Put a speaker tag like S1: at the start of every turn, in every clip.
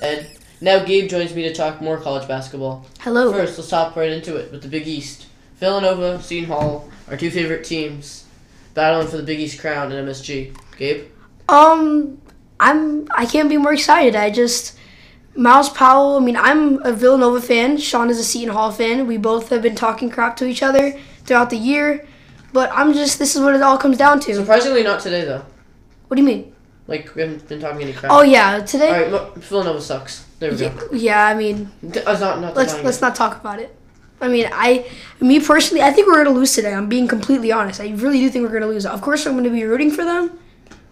S1: Ed. Now Gabe joins me to talk more college basketball.
S2: Hello.
S1: First, let's hop right into it with the Big East. Villanova, Seton Hall, our two favorite teams, battling for the Big East crown in MSG. Gabe?
S2: Um, I'm I can't be more excited. I just Miles Powell. I mean, I'm a Villanova fan. Sean is a Seton Hall fan. We both have been talking crap to each other throughout the year, but I'm just this is what it all comes down to.
S1: Surprisingly, not today, though.
S2: What do you mean?
S1: Like, we haven't been talking any crap.
S2: Oh yeah, today.
S1: Alright, well, Villanova sucks. There we go.
S2: Y- Yeah, I mean,
S1: D- uh, not, not
S2: let's
S1: denying
S2: let's
S1: it.
S2: not talk about it. I mean, I me personally, I think we're gonna lose today. I'm being completely honest. I really do think we're gonna lose. Of course, I'm gonna be rooting for them,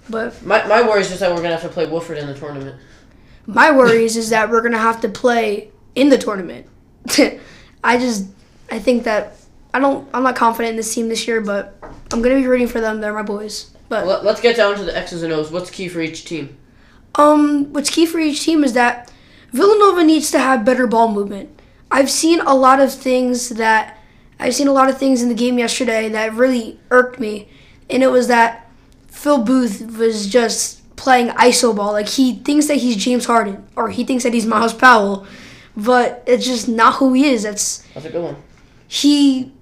S2: but
S1: My, my worry is just that we're going to have to play Wolford in the tournament.
S2: My worries is that we're gonna have to play in the tournament. I just I think that I don't I'm not confident in this team this year, but I'm gonna be rooting for them. They're my boys. But
S1: Let, let's get down to the X's and O's. What's key for each team?
S2: um, what's key for each team is that Villanova needs to have better ball movement. I've seen a lot of things that I've seen a lot of things in the game yesterday that really irked me, and it was that Phil Booth was just playing iso ball. Like he thinks that he's James Harden or he thinks that he's Miles Powell, but it's just not who he is. That's
S1: That's a good one.
S2: he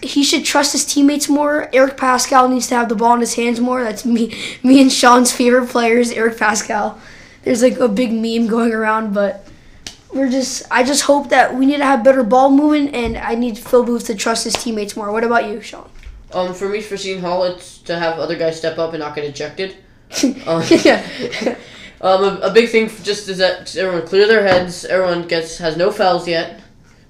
S2: he should trust his teammates more. Eric Pascal needs to have the ball in his hands more. That's me me and Sean's favorite player is Eric Pascal. There's like a big meme going around, but we're just I just hope that we need to have better ball movement and I need Phil Booth to trust his teammates more. What about you, Sean?
S1: Um, for me, for Seton Hall, it's to have other guys step up and not get ejected. Um,
S2: yeah.
S1: um, a, a big thing f- just is that everyone clear their heads. Everyone gets has no fouls yet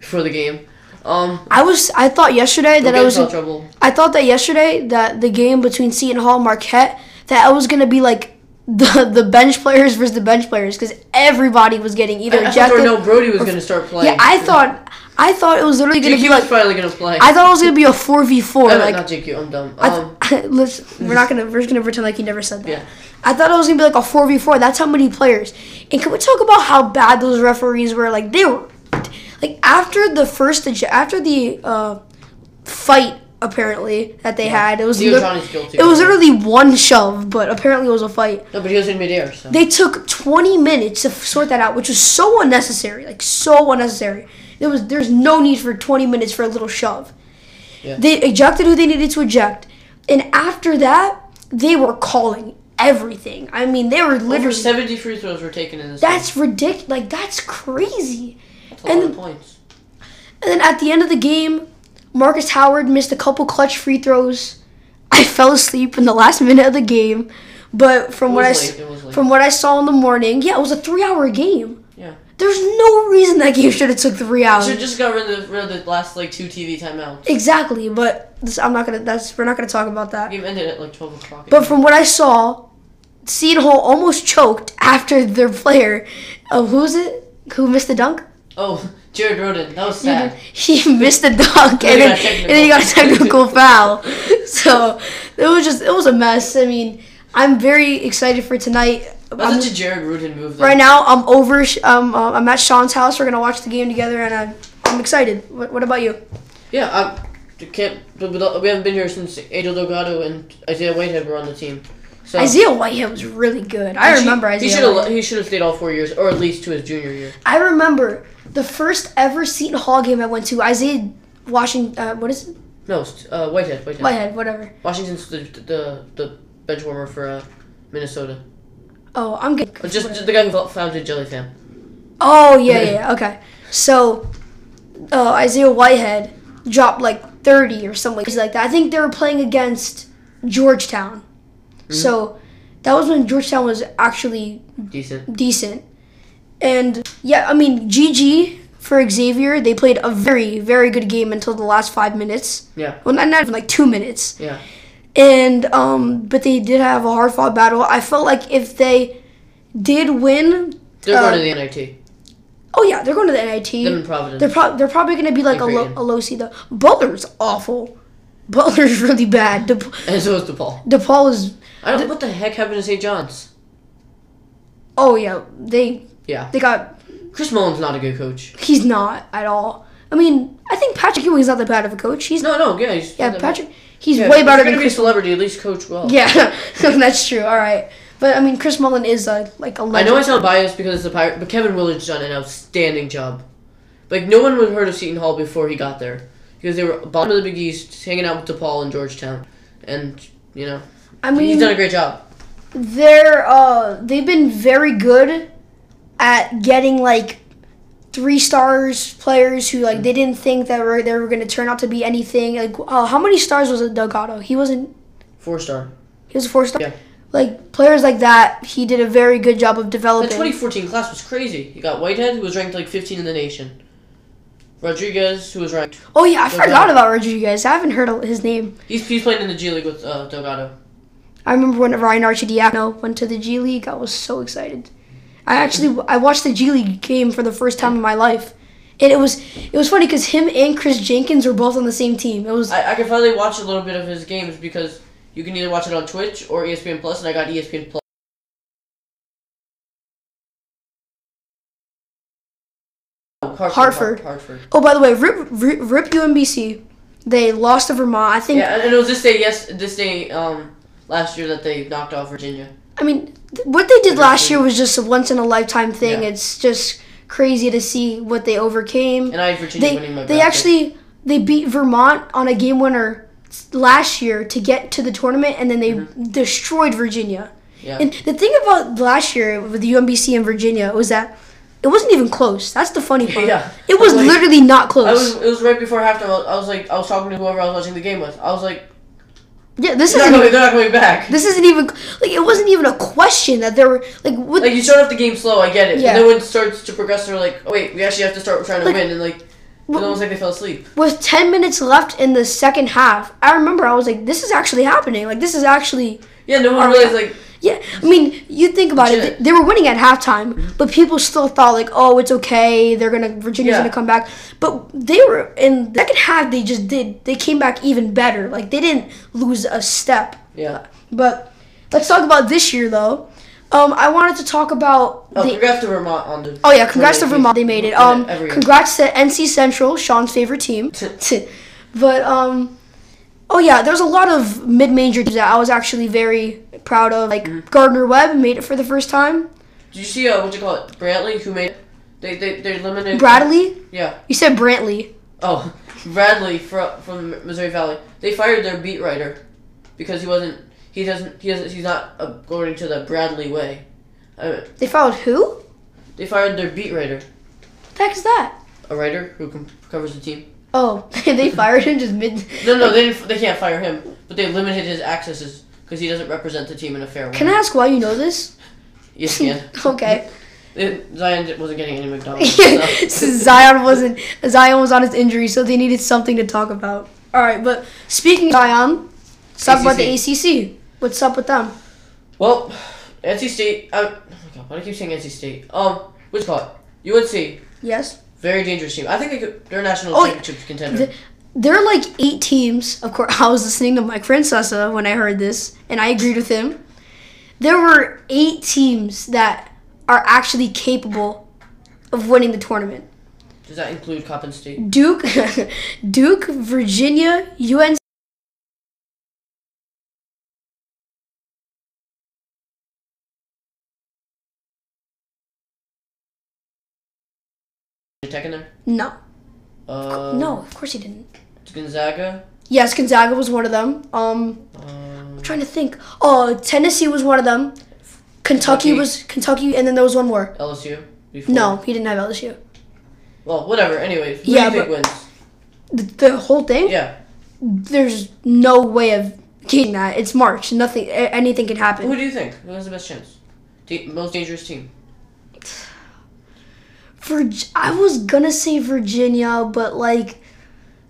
S1: for the game. Um,
S2: I was I thought yesterday
S1: don't
S2: that
S1: get
S2: I
S1: in
S2: was
S1: foul trouble.
S2: I thought that yesterday that the game between Seton Hall and Marquette that I was gonna be like the the bench players versus the bench players because everybody was getting either
S1: I, I thought
S2: ejected.
S1: no Brody was going to start playing.
S2: yeah, I thought I thought it was literally gonna
S1: JQ
S2: be
S1: was
S2: like
S1: finally going to play.
S2: I thought it was gonna be a four v four.
S1: No, no,
S2: Like
S1: not JQ. I'm dumb.
S2: I
S1: Um,
S2: th- listen, we're not gonna we're just gonna pretend like you never said that.
S1: Yeah.
S2: I thought it was gonna be like a four v four. That's how many players. And can we talk about how bad those referees were? Like they were, like after the first ej- after the uh, fight apparently that they had, it was
S1: Theo
S2: lit-
S1: Johnny's guilty.
S2: it was literally one shove, but apparently it was a fight.
S1: no, but he was in midair. So
S2: They took twenty minutes to f- sort that out, which was so unnecessary. Like so unnecessary. There was there's no need for twenty minutes for a little shove.
S1: Yeah.
S2: They ejected who they needed to eject, and after that, they were calling everything. I mean, they were
S1: over
S2: literally.
S1: 70 free throws were taken in this.
S2: That's ridiculous. Like that's crazy.
S1: game. That's a lot
S2: and-
S1: of points.
S2: And then at the end of the game, Marcus Howard missed a couple clutch free throws. I fell asleep in the last minute of the game, but from
S1: It
S2: what I
S1: was
S2: s-
S1: late, it was late.
S2: from what I saw in the morning, yeah, it was a three-hour game.
S1: Yeah.
S2: There's no reason that game should have took three hours.
S1: Should just got rid of, rid of the last like two TV timeouts.
S2: exactly, but this, I'm not gonna. That's we're not gonna talk about that.
S1: The game ended at like 12 o'clock.
S2: But from what I saw, Seton Hall almost choked after their player. Uh, who was it? Who missed the dunk?
S1: oh, Jared Roden. That was sad.
S2: He missed the dunk,
S1: Then
S2: and
S1: he
S2: then,
S1: got a
S2: and then he got a
S1: technical.
S2: technical foul. So it was just it was a mess. I mean, I'm very excited for tonight.
S1: That's
S2: I'm-
S1: such a Jared Roden move. Though.
S2: right now, I'm over. Sh- Um, uh, I'm at Sean's house. We're gonna watch the game together, and I'm, I'm excited. What, what about you?
S1: Yeah, I I can't. but We don't- we haven't been here since Angel Delgado and Isaiah Whitehead were on the team. So
S2: Isaiah Whitehead was really good.
S1: he
S2: I
S1: should-
S2: remember
S1: He
S2: Isaiah.
S1: should have.
S2: Whitehead.
S1: He should have stayed all four years, or at least to his junior year.
S2: I remember the first ever Seton Hall game I went to. Isaiah Washington. Uh, what is it?
S1: No, it's, uh, Whitehead. Whitehead.
S2: Whitehead? Whatever.
S1: Washington's the the, the bench warmer for uh, Minnesota.
S2: Oh, I'm good.
S1: But just just the guy who founded Jelly Fam.
S2: Oh yeah, yeah, yeah. Okay. So uh, Isaiah Whitehead dropped like 30 or something crazy like that. I think they were playing against Georgetown.
S1: Hmm.
S2: So that was when Georgetown was actually
S1: Decent.
S2: decent. And yeah, I mean GG for Xavier. They played a very very good game until the last five minutes.
S1: Yeah.
S2: Well, not, not even like two minutes
S1: Yeah.
S2: and um but they did have a hard fought battle i felt like if they did win
S1: They're
S2: Uh,
S1: going to the NIT.
S2: oh yeah they're going to the nit
S1: Them in
S2: they're,
S1: Providence.
S2: pro- they're probably going to be like a low,
S1: Agreed.
S2: a low seed though butler's awful butler's really bad De-
S1: And so is DePaul.
S2: depaul is
S1: I don't. What the heck happened to St. John's?
S2: oh yeah they
S1: Yeah.
S2: they got
S1: Chris Mullen's not a good coach.
S2: he's not at all i mean i think patrick ewing's not that bad of a coach he's
S1: No, no. Yeah. He's
S2: yeah patrick he's
S1: Yeah,
S2: way
S1: if
S2: better
S1: you're
S2: than
S1: gonna be a
S2: chris
S1: celebrity. At least coach well.
S2: yeah that's true all right But I mean, Chris Mullen is a like a
S1: I
S2: legend.
S1: know I sound biased because it's a pirate, but Kevin Willard's done an outstanding job. Like no one would have heard of Seton Hall before he got there because they were bottom of the Big East, hanging out with DePaul and Georgetown, and you know
S2: I mean,
S1: he's done a great job.
S2: they're uh they've been very good at getting like three stars players who like they didn't think that were they were going to turn out to be anything like uh, how many stars was it Doug Otto? He wasn't
S1: Four star.
S2: he was a four star.
S1: Yeah.
S2: Like players like that, he did a very good job of
S1: The
S2: developing.
S1: 2014 class was crazy. You got Whitehead, who was ranked like 15 in the nation. Rodriguez, who was ranked.
S2: oh yeah, I forgot
S1: Delgado.
S2: about Rodriguez. I haven't heard of his name.
S1: He's, he's playing in the G League with uh, Delgado.
S2: I remember when Ryan Archidiakno went to the G League. I was so excited. I actually I watched the G League game for the first time in my life, and it was it was funny because him and Chris Jenkins were both on the same team. It was
S1: I, I can finally watch a little bit of his games because you can either watch it on Twitch or E ESPN Plus, and I got ESPN Plus. Oh,
S2: Hartford.
S1: Har- Hartford.
S2: oh by the way, rip, rip rip UMBC. They lost to Vermont. I think.
S1: Yeah, and- and it was this day, yes, this day um, last year that they knocked off Virginia.
S2: I mean, th- what they did last year was just a once in a lifetime thing.
S1: Yeah.
S2: It's just crazy to see what they overcame.
S1: And I had Virginia
S2: they
S1: winning my
S2: they
S1: bracket.
S2: actually they beat Vermont on a game winner s- last year to get to the tournament, and then they destroyed Virginia.
S1: Mm-hmm. Yeah.
S2: And the thing about last year with the UMBC and Virginia was that it wasn't even close. That's the funny part.
S1: Yeah.
S2: It was
S1: Like-
S2: literally not
S1: I
S2: close.
S1: was, it was right before halftime. I was, I was like, I was talking to whoever I was watching the game with. I was like,
S2: yeah, this
S1: they're
S2: isn't
S1: not, coming,
S2: even,
S1: they're not coming back.
S2: this isn't even like it wasn't even a question that there were like what
S1: Like you start off the game slow, I get it.
S2: Yeah.
S1: And then when it starts to progress, they're like, oh, wait, we actually have to start trying to
S2: Like-
S1: win, and like, it's
S2: Well-
S1: almost like they fell asleep.
S2: with 10 minutes left in the second half, I remember I was like, this is actually happening. Like, this is actually.
S1: Yeah, no one
S2: Are we-
S1: realized like
S2: Oh, Yeah, I mean, you think about it.
S1: Legit.
S2: They, they were winning at halftime, but people still thought like, "Oh, it's okay. They're gonna Virginia's
S1: Yeah.
S2: gonna come back." But they were in the second half. They just did. They came back even better. Like they didn't lose a step.
S1: yeah.
S2: But let's talk about this year though. Um, I wanted to talk about
S1: Oh,
S2: the.
S1: congrats to Vermont on the.
S2: Oh yeah, congrats to
S1: Really,
S2: Vermont. They made it.
S1: yeah,
S2: Um,
S1: every year.
S2: congrats to NC Central, Sean's favorite team. but um, oh yeah, there's a lot of mid-major teams that I was actually very proud of. Like Gardner Webb made it for the first time.
S1: Did you see uh, what you call it, Brantley, who made? They they they limited.
S2: Bradley,
S1: Yeah.
S2: you said Brantley.
S1: Oh, Bradley from from Missouri Valley. They fired their beat writer because he wasn't. He doesn't. He doesn't. He's not according to the Bradley way. Uh,
S2: They followed who? What
S1: they fired their beat writer,
S2: the heck is that?
S1: a writer who com- covers the team.
S2: Oh, they fired him just mid.
S1: No, no, they didn't, they can't fire him, but they limited his accesses because he doesn't represent the team in a fair way.
S2: Can I ask why you know this?
S1: Yes, he can.
S2: okay.
S1: It- Zion wasn't getting any McDonald's. so.
S2: So Zion wasn't Zion was on his injury, so they needed something to talk about. All right, but speaking of Zion, let's talk about the ACC. What's up with them?
S1: Well, NC State. I, oh my god, why do I keep saying NC State? Um, which call it? UNC.
S2: Yes,
S1: Very dangerous team. I think they could, they're a national
S2: Oh,
S1: championship contender.
S2: the- there are like eight teams. Of course, I was listening to Mike Francesa when I heard this, and I agreed with him. There were eight teams that are actually capable of winning the tournament.
S1: Does that include Coppin State?
S2: Duke, Duke, Virginia, UNC.
S1: Tech in there?
S2: No,
S1: Uh,
S2: no, of course he didn't.
S1: Gonzaga.
S2: Yes, Gonzaga was one of them. Um,
S1: Um,
S2: trying to think. Oh, Tennessee was one of them. Kentucky,
S1: Kentucky.
S2: was Kentucky, and then there was one more.
S1: LSU. Before.
S2: No, he didn't have LSU.
S1: Well, whatever. Anyways, who
S2: Yeah,
S1: do you think wins?
S2: The, the whole thing.
S1: Yeah.
S2: There's no way of getting that. It's March. Nothing. a- Anything can
S1: Who
S2: happen.
S1: do you think? Who has the best chance? Te- most dangerous team.
S2: Virg- I was gonna say Virginia, but like,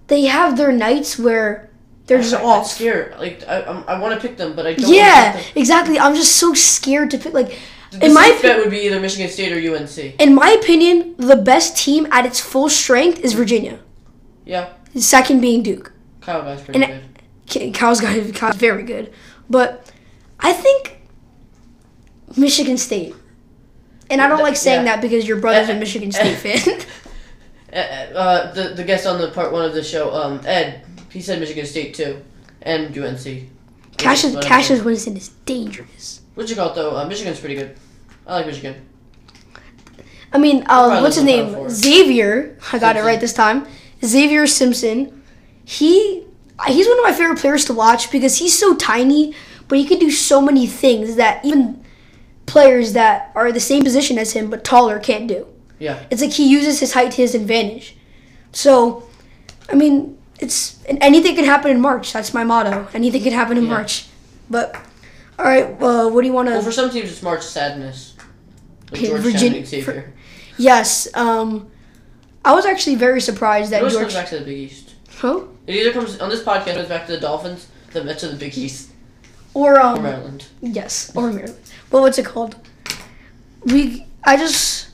S2: they have their nights where they're just
S1: I- I'm
S2: off.
S1: scared. Like I, I'm- I want to pick them, but I don't. wanna
S2: Yeah,
S1: pick them.
S2: exactly. I'm just so scared to pick. Like,
S1: The
S2: in my
S1: safe
S2: opi-
S1: bet would be either Michigan State or UNC.
S2: in my opinion, the best team at its full strength is Virginia.
S1: Yeah,
S2: Second being Duke.
S1: Kyle guy's pretty
S2: And-
S1: good.
S2: Kyle's guy Kyle's very good, but I think Michigan State. And I don't like saying
S1: Yeah.
S2: that because your brother's a
S1: Eh,
S2: Michigan
S1: eh.
S2: State fan.
S1: Uh, uh, the the guest on the part one of the show, um, Ed, he said Michigan State too, and UNC.
S2: Cassius
S1: Whatever.
S2: Cassius Winston is dangerous.
S1: What's it called though? Uh, Michigan's pretty good. I like Michigan.
S2: I mean, uh,
S1: probably
S2: what's his
S1: losing the
S2: name?
S1: Final Four.
S2: Xavier. I got it
S1: Simpson.
S2: right this time. Xavier Simpson. He he's one of my favorite players to watch because he's so tiny, but he can do so many things that even players that are the same position as him but taller can't do.
S1: Yeah.
S2: It's like he uses his height to his advantage. So, I mean, it's and anything can happen in March. That's my motto. Anything can happen in
S1: Yeah.
S2: March. But all right, uh, what do you want to?
S1: Well, for some teams, it's March Sadness. Like
S2: Okay,
S1: Georgetown
S2: Virginia-
S1: and Xavier.
S2: Yes. Um, I was actually very surprised
S1: It
S2: that
S1: always
S2: George.
S1: comes back to the Big East.
S2: Huh?
S1: It either comes on this podcast, it goes back to the Dolphins, the Mets, or the Big East
S2: Or um,
S1: or Maryland.
S2: yes, or Maryland. But what's it called? We. I just.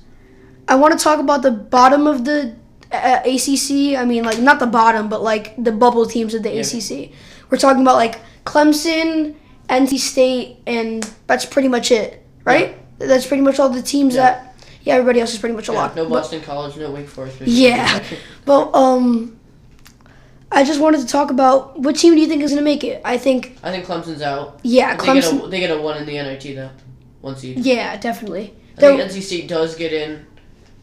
S2: I want to talk about the bottom of the uh, ACC. I mean, like not the bottom, but like the bubble teams of the
S1: Yeah.
S2: ACC. We're talking about like Clemson, NC State, and that's pretty much it, right? That's pretty much all the teams
S1: Yeah.
S2: that. Yeah, everybody else is pretty much a
S1: Yeah,
S2: lot.
S1: no
S2: But-
S1: Boston College, no Wake Forest.
S2: Yeah. But um, I just wanted to talk about what team do you think is gonna make it? I think
S1: I think Clemson's out.
S2: yeah,
S1: They
S2: Clemson.
S1: get, a, they get a one in the NIT though, one seed.
S2: Yeah, definitely.
S1: I think
S2: They're-
S1: NC State does get in,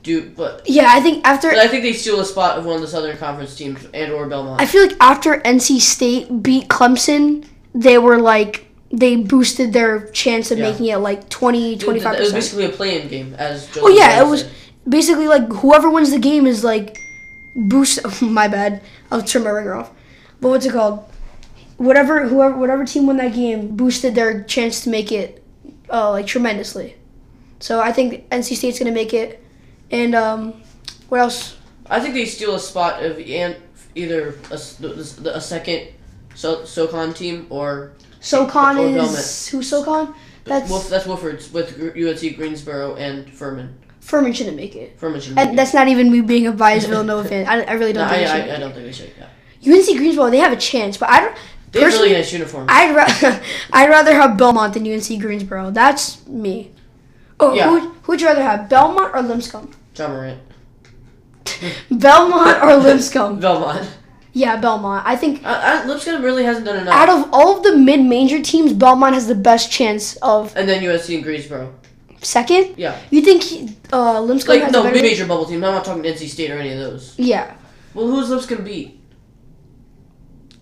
S1: do but,
S2: yeah, I think after
S1: but I think they steal a spot of one of the Southern Conference teams and or Belmont.
S2: I feel like after NC State beat Clemson, they were like they boosted their chance of
S1: Yeah.
S2: making it like 20,
S1: It was-
S2: 25
S1: It was
S2: percent.
S1: basically a play-in game, as Joseph
S2: Oh yeah, it
S1: Ryan
S2: was
S1: said.
S2: basically like whoever wins the game is like boost. my bad, I'll turn my ringer off. But what's it called? Whatever, whoever, whatever team won that game boosted their chance to make it uh, like tremendously. So I think NC State's gonna make it, and um, what else?
S1: I think they steal a spot of an, either a, s- the- the- a second so SoCon team or
S2: SoCon
S1: Or Belmont.
S2: is who? SoCon? That's
S1: Wolf, that's Wolford's with Gr- UNC Greensboro and Furman.
S2: Furman shouldn't make it,
S1: Furman should. make
S2: and
S1: it.
S2: that's not even me being a biased Villanova fan. I, I really
S1: no,
S2: don't. think
S1: I,
S2: they should.
S1: I, I don't think they should. Yeah.
S2: UNC Greensboro, they have a chance, but I don't.
S1: They have
S2: personally-
S1: really nice uniforms.
S2: I'd ra- I'd rather have Belmont than UNC Greensboro. That's me. Oh,
S1: Yeah.
S2: who who would you rather have, Belmont or Lipscomb?
S1: John Morant.
S2: Belmont or Lipscomb?
S1: Belmont.
S2: Yeah, Belmont. I think
S1: I, I, Lipscomb really hasn't done enough.
S2: out of all of the mid-major teams, Belmont has the best chance of
S1: and then USC and Greensboro.
S2: second.
S1: Yeah.
S2: You think he, uh, Lipscomb
S1: Like
S2: has
S1: no
S2: a better?
S1: major bubble team. I'm not talking NC State or any of those.
S2: yeah.
S1: Well, who's Lipscomb beat?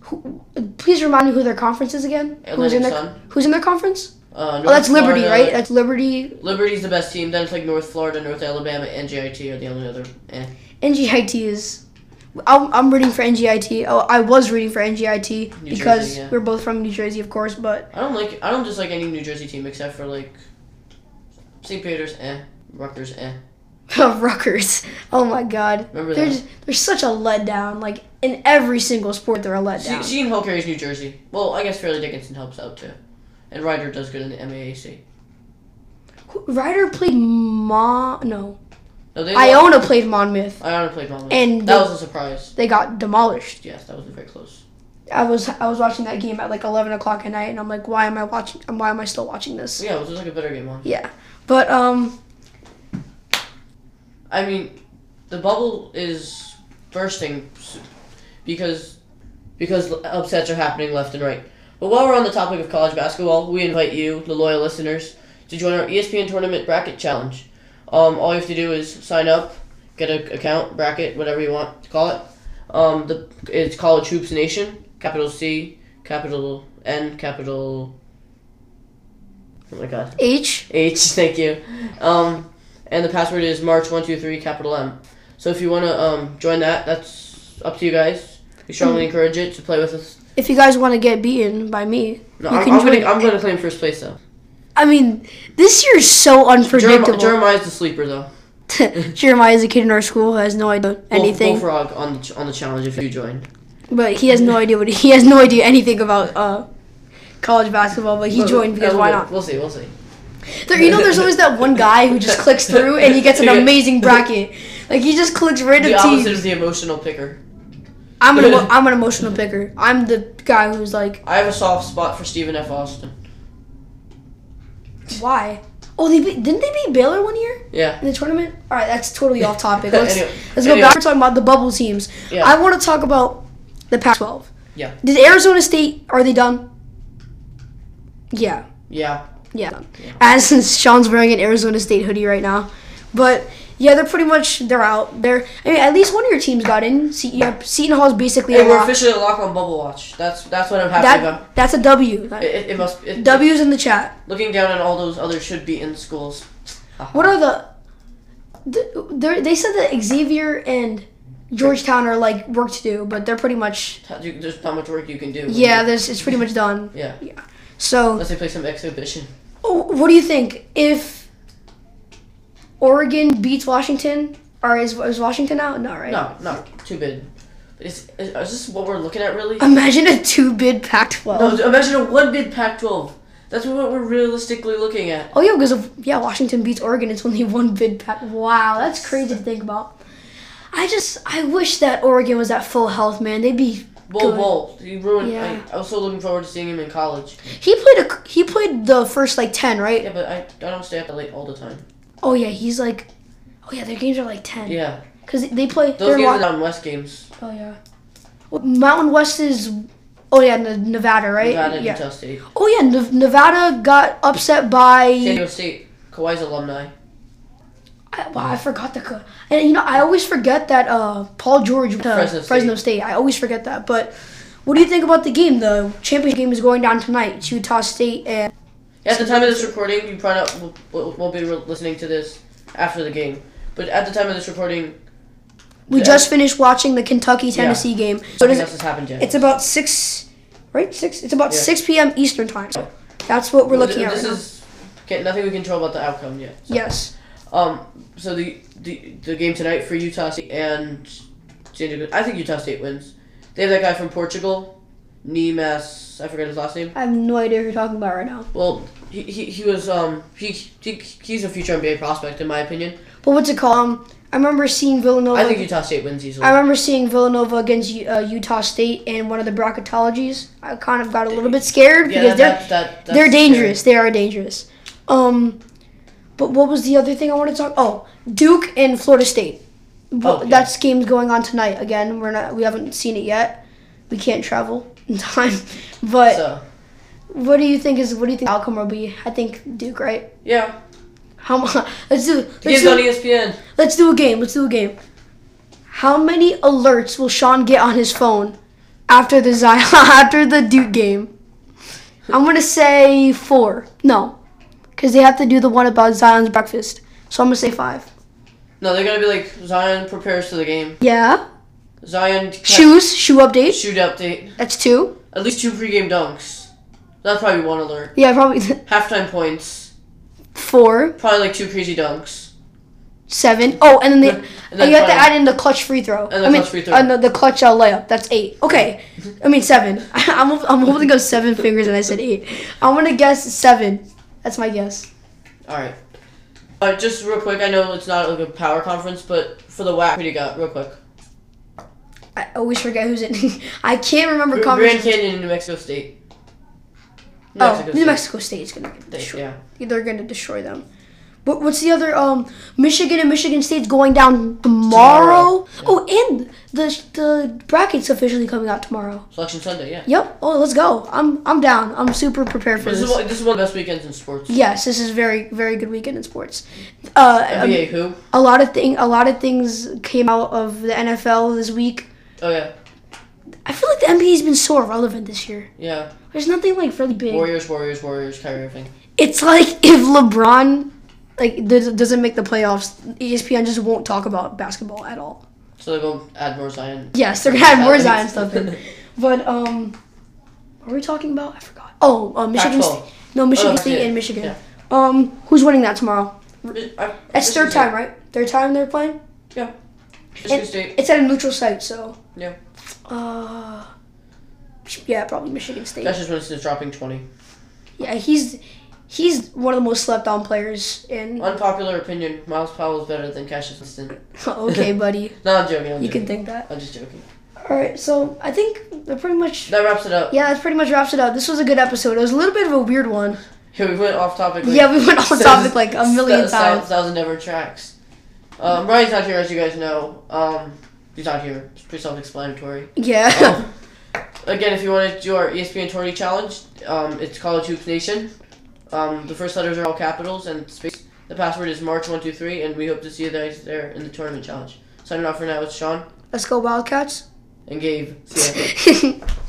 S2: Who, please remind me who their conference is again. who's
S1: Atlantic
S2: in their
S1: Sun.
S2: Who's in their conference?
S1: Uh,
S2: Oh, that's Liberty,
S1: Florida-
S2: right? That's Liberty.
S1: Liberty's the best team. Then it's like North Florida, North Alabama, and JIT are the only other. Eh.
S2: NGIT is. I'm, I'm rooting for NGIT. Oh, I was rooting for NGIT
S1: New
S2: because
S1: Jersey, yeah.
S2: we're both from New Jersey, of course. But
S1: I don't like. I don't dislike any New Jersey team except for like St. Peter's. Eh. Rutgers. Eh.
S2: Rutgers, oh my God,
S1: Remember
S2: they're
S1: that.
S2: just, they're such a letdown. Like in every single sport, they're a
S1: Se-
S2: letdown.
S1: Seton Hall carries New Jersey. Well, I guess Fairleigh Dickinson helps out too, and Ryder does good in the MAAC.
S2: Who- Ryder played Ma. No,
S1: No, they. lost-
S2: Iona played Monmouth.
S1: Iona played Monmouth.
S2: And
S1: that
S2: the-
S1: was a surprise.
S2: They got demolished.
S1: Yes, that was very close.
S2: I was I was watching that game at like 11 o'clock at night, and I'm like, why am I watching? Why am I still watching this?
S1: Yeah, it was like a better game on.
S2: Yeah, but um,
S1: I mean, the bubble is bursting s- because because upsets are happening left and right. But while we're on the topic of college basketball, we invite you, the loyal listeners, to join our E ESPN Tournament Bracket Challenge. Um, all you have to do is sign up, get an account, bracket, whatever you want to call it. Um, the, it's College Hoops Nation, capital C, capital N, capital. Oh my god.
S2: H.
S1: H, thank you. Um, and the password is March123, capital M. So if you want to um, join that, that's up to you guys. We
S2: Mm-hmm.
S1: strongly encourage it to play with us.
S2: If you guys want to get beaten by me,
S1: No,
S2: You
S1: I'm,
S2: can
S1: I'm gonna,
S2: join-
S1: I'm gonna claim first place though.
S2: I mean, this year is so
S1: Jeremiah,
S2: unpredictable.
S1: Jeremiah's the sleeper though.
S2: Jeremiah is a kid in our school who has no idea anything,
S1: Bullfrog on the ch- on the challenge if you join.
S2: but he has no idea what he has no idea anything about uh, college basketball. But he
S1: Well,
S2: joined because
S1: uh,
S2: why
S1: we'll-
S2: not?
S1: We'll see. We'll see.
S2: There, you know, there's always that one guy who just clicks through and he gets an
S1: Yeah.
S2: amazing bracket. Like he just clicks random
S1: The opposite
S2: teams.
S1: is the emotional picker.
S2: I'm an emo- I'm an emotional picker. I'm the guy who's like,
S1: I have a soft spot for Stephen F. Austin.
S2: why? Oh, they beat, didn't they beat Baylor one year
S1: Yeah.
S2: in the tournament? All right, that's totally off topic. Let's
S1: Anyway-
S2: let's go
S1: anyway.
S2: back. We're talking about the bubble teams.
S1: Yeah.
S2: I want to talk about the Pac-12.
S1: Yeah.
S2: Did Arizona State are they done? Yeah.
S1: Yeah.
S2: Yeah. As since Sean's wearing an Arizona State hoodie right now, but yeah, they're pretty much they're out. They're I mean at least one of your teams got in. See, yeah, Seton Hall's basically
S1: Hey,
S2: a
S1: we're
S2: lock.
S1: officially a lock on bubble watch. That's that's what I'm happy about.
S2: That that's a W. That-
S1: It, it, it must. It,
S2: W's in the chat.
S1: Looking down at all those other should be in schools.
S2: What are the? th- they're- They said that Xavier and Georgetown are like work to do, but they're pretty much
S1: How do you- There's not much work you can do. when
S2: yeah.
S1: you-
S2: There's it's pretty much done.
S1: Yeah.
S2: So
S1: Unless they play some exhibition.
S2: Oh, What do you think if Oregon beats Washington? Or is, is Washington out? Not right.
S1: No, no, too big. Is, is, is this what we're looking at really?
S2: Imagine a two-bid Pac-12.
S1: No, imagine a one bid Pac-12. That's what we're realistically looking at.
S2: Oh yeah, because if yeah, Washington beats Oregon, it's only one bid Pac. Wow, that's crazy to think about. I just I wish that Oregon was at full health, man. They'd be.
S1: Bull
S2: Good.
S1: Bull. He ruined.
S2: Yeah.
S1: I, I was so looking forward to seeing him in college.
S2: He played a he played the first like ten, right?
S1: Yeah, but I, I don't stay up that late all the time.
S2: Oh yeah, he's like. Oh yeah, their games are like ten.
S1: Yeah,
S2: Cause they play.
S1: those
S2: they're
S1: games
S2: wa-
S1: are Mountain West games.
S2: oh yeah. Well, Mountain West is. Oh yeah, Ne- Nevada, right?
S1: Nevada,
S2: yeah.
S1: Utah State,
S2: Oh yeah, Nev- Nevada got upset
S1: San
S2: by.
S1: Diego State, Kawhi's alumni.
S2: I, wow, I forgot the. co- And you know, I always forget that uh, Paul George went to
S1: Fresno
S2: Fresno
S1: State.
S2: State. I always forget that. But what do you think about the game? The championship game is going down tonight. It's Utah State and
S1: At the time of this recording, you probably not, will, will be re- listening to this after the game. But at the time of this recording,
S2: we
S1: Yeah.
S2: just finished watching the Kentucky Tennessee game. So
S1: nothing
S2: does
S1: else
S2: it,
S1: has happened yet.
S2: it's about six, right? Six. It's about
S1: Yeah.
S2: six p.m. Eastern time. So that's what we're looking
S1: Th-
S2: at.
S1: This
S2: right now.
S1: is okay, nothing we control about the outcome yet.
S2: Yes.
S1: Um. So the the the game tonight for Utah State and San Diego. I think Utah State wins. They have that guy from Portugal, Nemas. I forget his last name.
S2: I have no idea who you're talking about right now.
S1: Well, he, he, he was um he, he he's a future NBA prospect in my opinion.
S2: But what's it called? Um, I remember seeing Villanova.
S1: I think Utah State wins easily.
S2: I remember seeing Villanova against U- uh, Utah State in one of the bracketologies. I kind of got a little bit scared
S1: yeah,
S2: because
S1: that, that, that,
S2: they're they're
S1: that's
S2: dangerous. They are dangerous. Um, but what was the other thing I wanted to talk? Oh, Duke and Florida State.
S1: Oh,
S2: Well,
S1: yeah.
S2: That's game's going on tonight. Again, we're not we haven't seen it yet. We can't travel in time.
S1: Scary.
S2: But
S1: So
S2: what do you think is what do you think the outcome will be? I think Duke, right?
S1: yeah,
S2: How much? Let's do
S1: the
S2: let's
S1: game's
S2: do,
S1: on E ESPN.
S2: Let's do a game. Let's do a game. How many alerts will Sean get on his phone after the Zion after the Duke game? I'm gonna say four. No, because they have to do the one about Zion's breakfast. So I'm gonna say five.
S1: No, they're gonna be like Zion prepares for the game.
S2: Yeah.
S1: Zion
S2: Shoes. Shoe update.
S1: shoot update.
S2: That's two.
S1: At least two pregame dunks. That's probably one alert.
S2: Yeah, probably
S1: Halftime points.
S2: four,
S1: Probably like two crazy dunks.
S2: seven. Oh, and then they.
S1: And then
S2: you have to
S1: probably-
S2: add in the clutch free throw.
S1: And the
S2: I mean,
S1: clutch free throw.
S2: uh, no, the clutch uh, layup. That's eight. Okay, I mean seven. I'm I'm holding up seven fingers, and I said eight. I'm gonna guess seven. That's my guess.
S1: All right. All right, Uh, just real quick. I know it's not like a power conference, but for the WAC, who do you got? Real quick.
S2: I always forget who's in. I can't remember.
S1: Grand
S2: conference.
S1: Canyon, and New Mexico State. New
S2: oh, New
S1: State.
S2: Mexico State is gonna get
S1: They-
S2: destroyed.
S1: Yeah.
S2: They're gonna destroy them. But what's the other? Um, Michigan and Michigan State's going down
S1: Tomorrow,
S2: tomorrow. Oh, and the the brackets officially coming out tomorrow.
S1: Selection Sunday. Yeah.
S2: Yep. Oh, let's go. I'm I'm down. I'm super prepared for
S1: This
S2: this.
S1: is one, this is one of the best weekends in sports.
S2: yes, this is very very good weekend in sports. Uh,
S1: NBA who?
S2: a lot of thing a lot of things came out of the NFL this week.
S1: Oh yeah,
S2: I feel like the NBA's been so irrelevant this year.
S1: yeah.
S2: There's nothing like really big.
S1: Warriors, Warriors, Warriors. Kyrie Irving.
S2: It's like if LeBron like does- doesn't make the playoffs, E ESPN just won't talk about basketball at all.
S1: So they're going to add more Zion.
S2: Yes, they're gonna have more
S1: Alex.
S2: Zion stuff in. But um, what were we talking about? I forgot. Oh, uh, Michigan
S1: Pac-12.
S2: State. No, Michigan
S1: Oh,
S2: State
S1: yeah,
S2: and Michigan.
S1: yeah.
S2: Um, who's winning that tomorrow?
S1: I-
S2: That's
S1: Michigan
S2: third time, right? Third time they're playing.
S1: State. Michigan
S2: It-
S1: State.
S2: It's at a neutral site, so.
S1: Yeah.
S2: Uh, yeah, probably Michigan State.
S1: That's just Winston's dropping twenty.
S2: Yeah, he's he's one of the most slept on players in.
S1: Unpopular opinion: Miles Powell is better than Cassius Winston.
S2: okay, buddy,
S1: No, I'm joking. I'm
S2: you
S1: joking.
S2: can think that.
S1: I'm just joking.
S2: All right, so I think that pretty much.
S1: That wraps it up.
S2: Yeah, that pretty much wraps it up. This was a good episode. It was a little bit of a weird one.
S1: Yeah, we went off topic. like-
S2: Yeah, we went off topic like a million times.
S1: Thousand never tracks. Um, Ryan's not here, as you guys know. Um, he's not here. It's pretty self-explanatory.
S2: Yeah.
S1: Um, E again, if you want to do our ESPN 20 challenge, um, it's College Hoops Nation. Um, the first letters are all capitals and space. The password is March123, and we hope to see you guys there in the tournament challenge. Signing off for now, it's Sean
S2: Let's go Wildcats.
S1: and Gabe. See ya.